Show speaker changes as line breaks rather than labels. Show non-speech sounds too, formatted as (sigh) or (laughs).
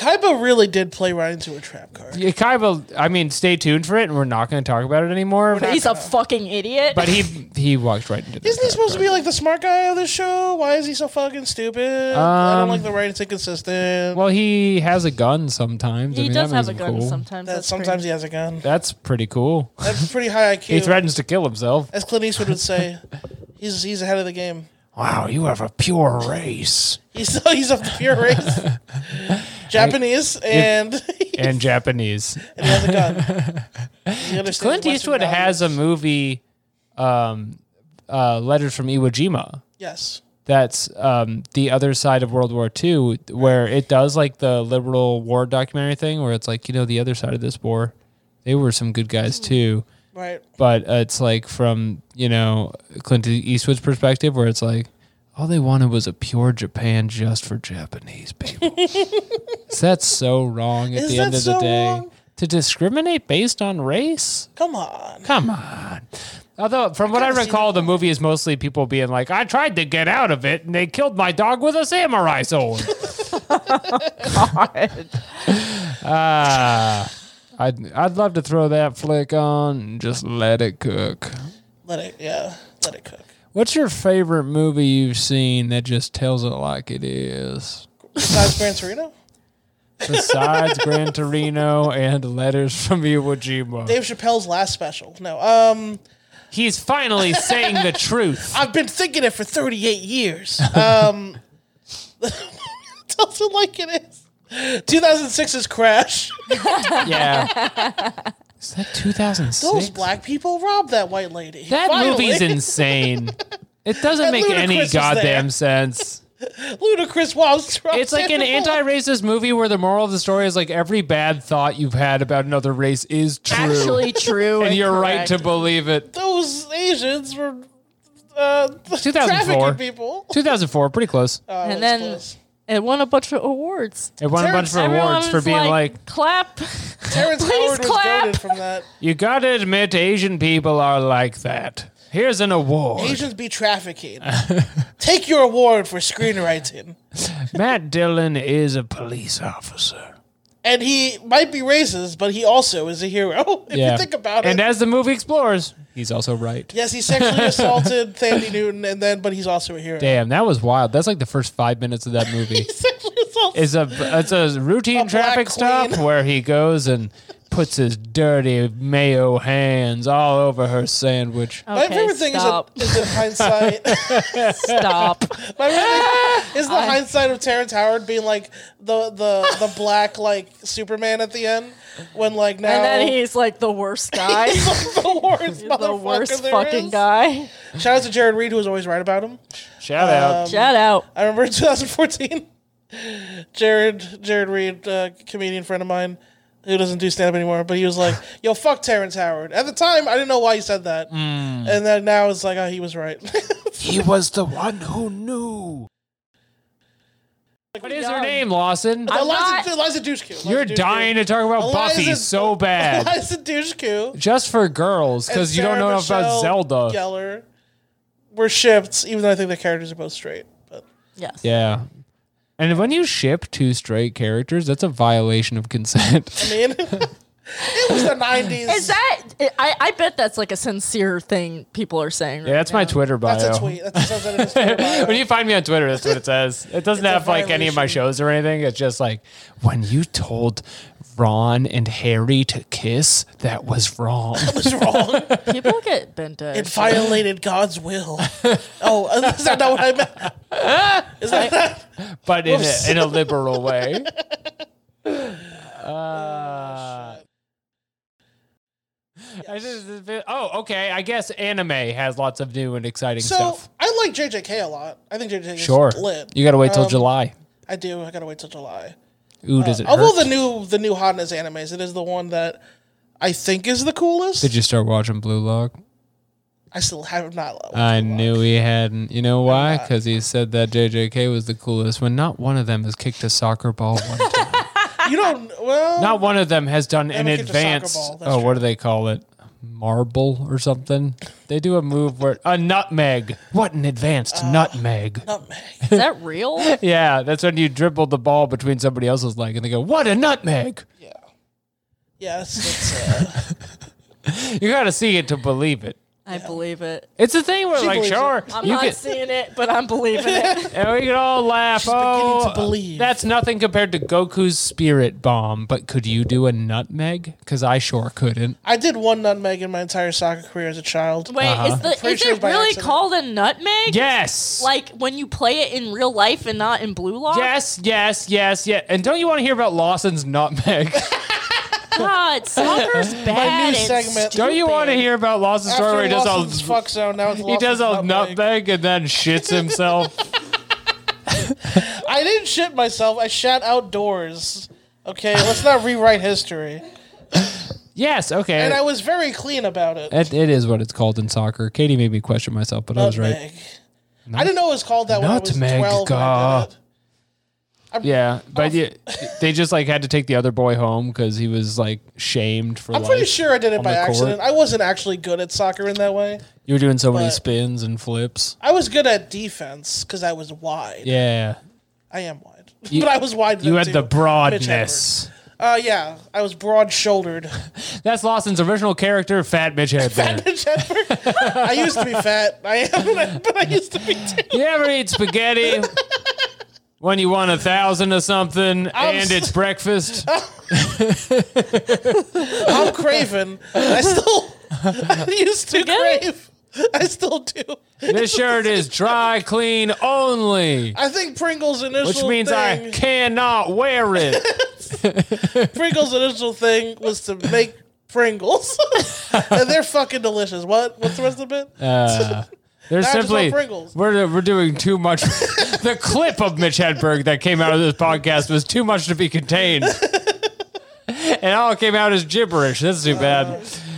Kaiba really did play right into a trap card.
Yeah, Kaiba, I mean, stay tuned for it, and we're not going to talk about it anymore.
not-
But,
He's a fucking idiot.
he he walked right into. the
Isn't he
trap
supposed to
door.
be like the smart guy of the show? Why is he so fucking stupid? I don't
Um,
like the writing's inconsistent.
Well, he has a gun sometimes. I
he
mean,
does
that
have a
makes him
gun
cool.
sometimes.
that
that's
sometimes
(laughs) pretty-
he has a
(laughs)
gun.
That's pretty cool.
That's pretty high IQ.
He threatens to kill himself.
As Clint Eastwood would say, he's he's ahead of the game.
Wow, you have a pure race.
He's (laughs) he's of the pure race,
(laughs)
Japanese, and, (laughs)
(laughs)
and Japanese.
and he has a
(laughs)
gun. He understands
Clint
Western
Eastwood has a
values.
movie, um, uh, Letters from Iwo Jima.
yes.
That's um, the other side of World War II, where it does like the liberal war documentary thing, where it's like you know the other side of this war, they were some good
Hmm.
guys too.
Right.
but uh, it's like from you know Clint Eastwood's perspective, where it's like all they wanted was a pure Japan just for
(laughs)
Japanese people. Is that so wrong at
Is
the end
that
of the
so
day?
wrong?
To discriminate based on race?
Come on.
Come on. Although, from what I
kinda see
recall, the movie is mostly people being like, "I tried to get out of it, and they killed my dog with a samurai sword."
(laughs)
Ah, I'd I'd love to throw that flick on and just let it cook.
Let it. Yeah. Let it cook.
What's your favorite movie you've seen that just tells it like it is?
Besides Gran Torino, (laughs)
Besides Gran Torino and Letters from Iwo Jima.
Dave Chappelle's last special. No. Um.
He's finally saying
(laughs)
the truth.
I've been thinking it for 38 years. Um, (laughs) tells it like it is. 2006's Crash.
Yeah.
(laughs)
Is that 2006?
Those black people robbed that white lady.
that
Finally.
movie's insane. It doesn't
And
make any
Ludacris was
goddamn
there. Oh,
sense.
Ludacris Wallace.
It's like an anti racist movie where the moral of the story is like every bad thought you've had about another race is true.
actually true.
and you're right
correct.
to believe it.
Those Asians were uh, (laughs)
2004.
trafficking people.
2004, pretty close.
Oh, that was
And then-
close.
It won a bunch of awards.
It won a bunch of
Everyone
awards for
was
being like,
clap.
Terrence
Please
Howard was
clap.
goaded from that.
You gotta admit, Asian people are like that. Here's an award.
Asians be trafficking. Take your award for screenwriting.
(laughs) Matt Dillon is a police officer.
And he might be racist, but he also is a hero. (laughs) If you think about it.
And as the movie explores, he's also right.
Yes, he sexually
(laughs)
assaulted Thandi Newton, and then, but he's also a hero. (laughs)
Damn, that was wild. That's like the first five minutes of that movie.
He sexually assaulted.
It's a it's a routine
black
traffic stop
queen.
where he goes and puts his dirty mayo hands all over her sandwich.
my
Okay,
favorite thing
stop.
(laughs) is, in- is in hindsight. (laughs)
(laughs) stop.
my favorite
(laughs)
thing is the hindsight of Terrence Howard being like the the
(laughs)
the black like Superman at the end when like now
And then he's like the worst guy.
he's like (laughs) the worst
(laughs) He's the
motherfucker
worst
there
fucking
is.
guy.
Shout out to Jared Reed who was always right about him.
Shout
um,
out.
Shout out.
I remember in (laughs) 2014, Jared Jared Reed, uh, comedian friend of mine, who doesn't do stand up anymore, but he was
(laughs)
like, "Yo, fuck Terrence Howard." At the time, I didn't know why he said that,
Hmm.
and then now it's like, oh, he was right. (laughs)
He was the one who knew. What is her
Young.
name, Lawson?
Eliza, Eliza Dushku.
You're
(laughs)
dying to talk about
Eliza-
Buffy so bad.
Eliza Dushku.
(laughs) Just for girls, because
and
you don't
Sarah
know enough about
Michelle
Zelda. Yeah.
Gellar were shipped, even though I think the characters are both straight. But
Yes.
And when you ship two straight characters, that's a violation of consent.
I mean, (laughs) it was the '90s.
Is that? I, I bet that's like a sincere thing people are saying.
yeah,
right
that's my
now.
Twitter bio.
That's a tweet. That's a sunset of his Twitter bio.
(laughs) When you find me on Twitter, that's what it says. It doesn't
It's a
have like any of my
violation.
shows or anything. It's just like when you told Ron and Harry to kiss, that was wrong.
It was wrong.
People get bent over.
It violated God's
(laughs)
will. Oh, is that not what I meant? Is that not?
(laughs) but in
Whoops.
a, in a
(laughs)
liberal way. Uh,
Oh,
I just- oh, okay. I guess anime has lots of new and exciting
So
stuff.
I like JJK a lot. I think JJK is
Sure,
lit.
you got to wait till
Um,
July.
I do. I gotta wait till July.
Ooh, does it?
Although
hurt?
the new the new hotness animes, it is the one that I think is the coolest.
Did you start watching Blue Lock?
I still have not. watched
I
it.
knew he hadn't. You know why? Because he said that JJK was the coolest when not one of them has kicked a soccer ball
(laughs)
one time.
You don't. Well,
(laughs) not one of them has done an
haven't kicked a soccer
advance.
ball, that's
Oh, what
true.
do they call it? marble or something. They do a move where a nutmeg. What an advanced
Uh,
nutmeg.
Nutmeg.
Is
(laughs)
that real?
Yeah, that's when you dribble the ball between somebody else's leg and they go, What a nutmeg!
Yeah. Yeah, it's, it's, uh,
You gotta see it to believe it.
I believe it.
It's a thing where,
She
like,
believes it.
sure,
I'm
you
not
can,
seeing it, but I'm believing it.
and we can all laugh.
beginning
oh,
to believe."
that's nothing compared to Goku's spirit bomb. But could you do a nutmeg? Because I sure couldn't.
I did one nutmeg in my entire soccer career as a child.
Wait, is the
Pretty
is
sure
it
by
really
accident.
called a nutmeg?
Yes.
Like when you play it in real life and not in Blue Lock?
Yes, yes, yes, yes. And don't you want to hear about Lawson's
(laughs)
nutmeg?
God, soccer's bad.
new
and
segment.
don't you want to
stupid.
hear about Lawson's story where
After
he does all
Lawson's fuck zone, now it's
he does
Lawson's
all nutmeg and
(laughs)
then shits himself?
I didn't shit myself. I shat outdoors. Okay, let's not rewrite history.
yes. Okay.
And I was very clean about it.
it, it is what it's called in soccer. Katie made me question myself, but I was right.
Nutmeg. I didn't know it was called that when I was
Nutmeg,
12. when I did it.
Yeah, but yeah, they just like had to take the other boy home because he was like shamed for.
I'm
life.
pretty sure I did it by
the court.
accident. I wasn't actually good at soccer in that way.
you were doing so many
but-
spins and flips.
I was good at defense because I was wide.
Yeah,
I am wide. (laughs) but I was wide.
you
then,
had
too.
the
Mitch Hedberg.
broadness.
Uh, yeah, I was broad (laughs) shouldered.
That's Lawson's original character, Fat Mitch Hedberg. (laughs)
I used to be fat. I am, (laughs) but I used to be
(laughs)
too.
you ever eat spaghetti
(laughs)
when you want a thousand or something, and
s-
it's
(laughs)
breakfast?
I'm craving. I still. (laughs) I used to
good?
crave. I still do.
this shirt is dry clean only,
I think Pringles' initial
which means I
thing,
cannot wear it.
Pringles' initial thing was to make Pringles, (laughs) and they're fucking delicious. What? What's the rest of it?
Uh, (laughs) they're
just
simply
want Pringles.
we're we're doing too much. (laughs) the clip of Mitch Hedberg that came out of this podcast was too (laughs)
Uh,
much to be contained, and all it came out as gibberish. That's too bad.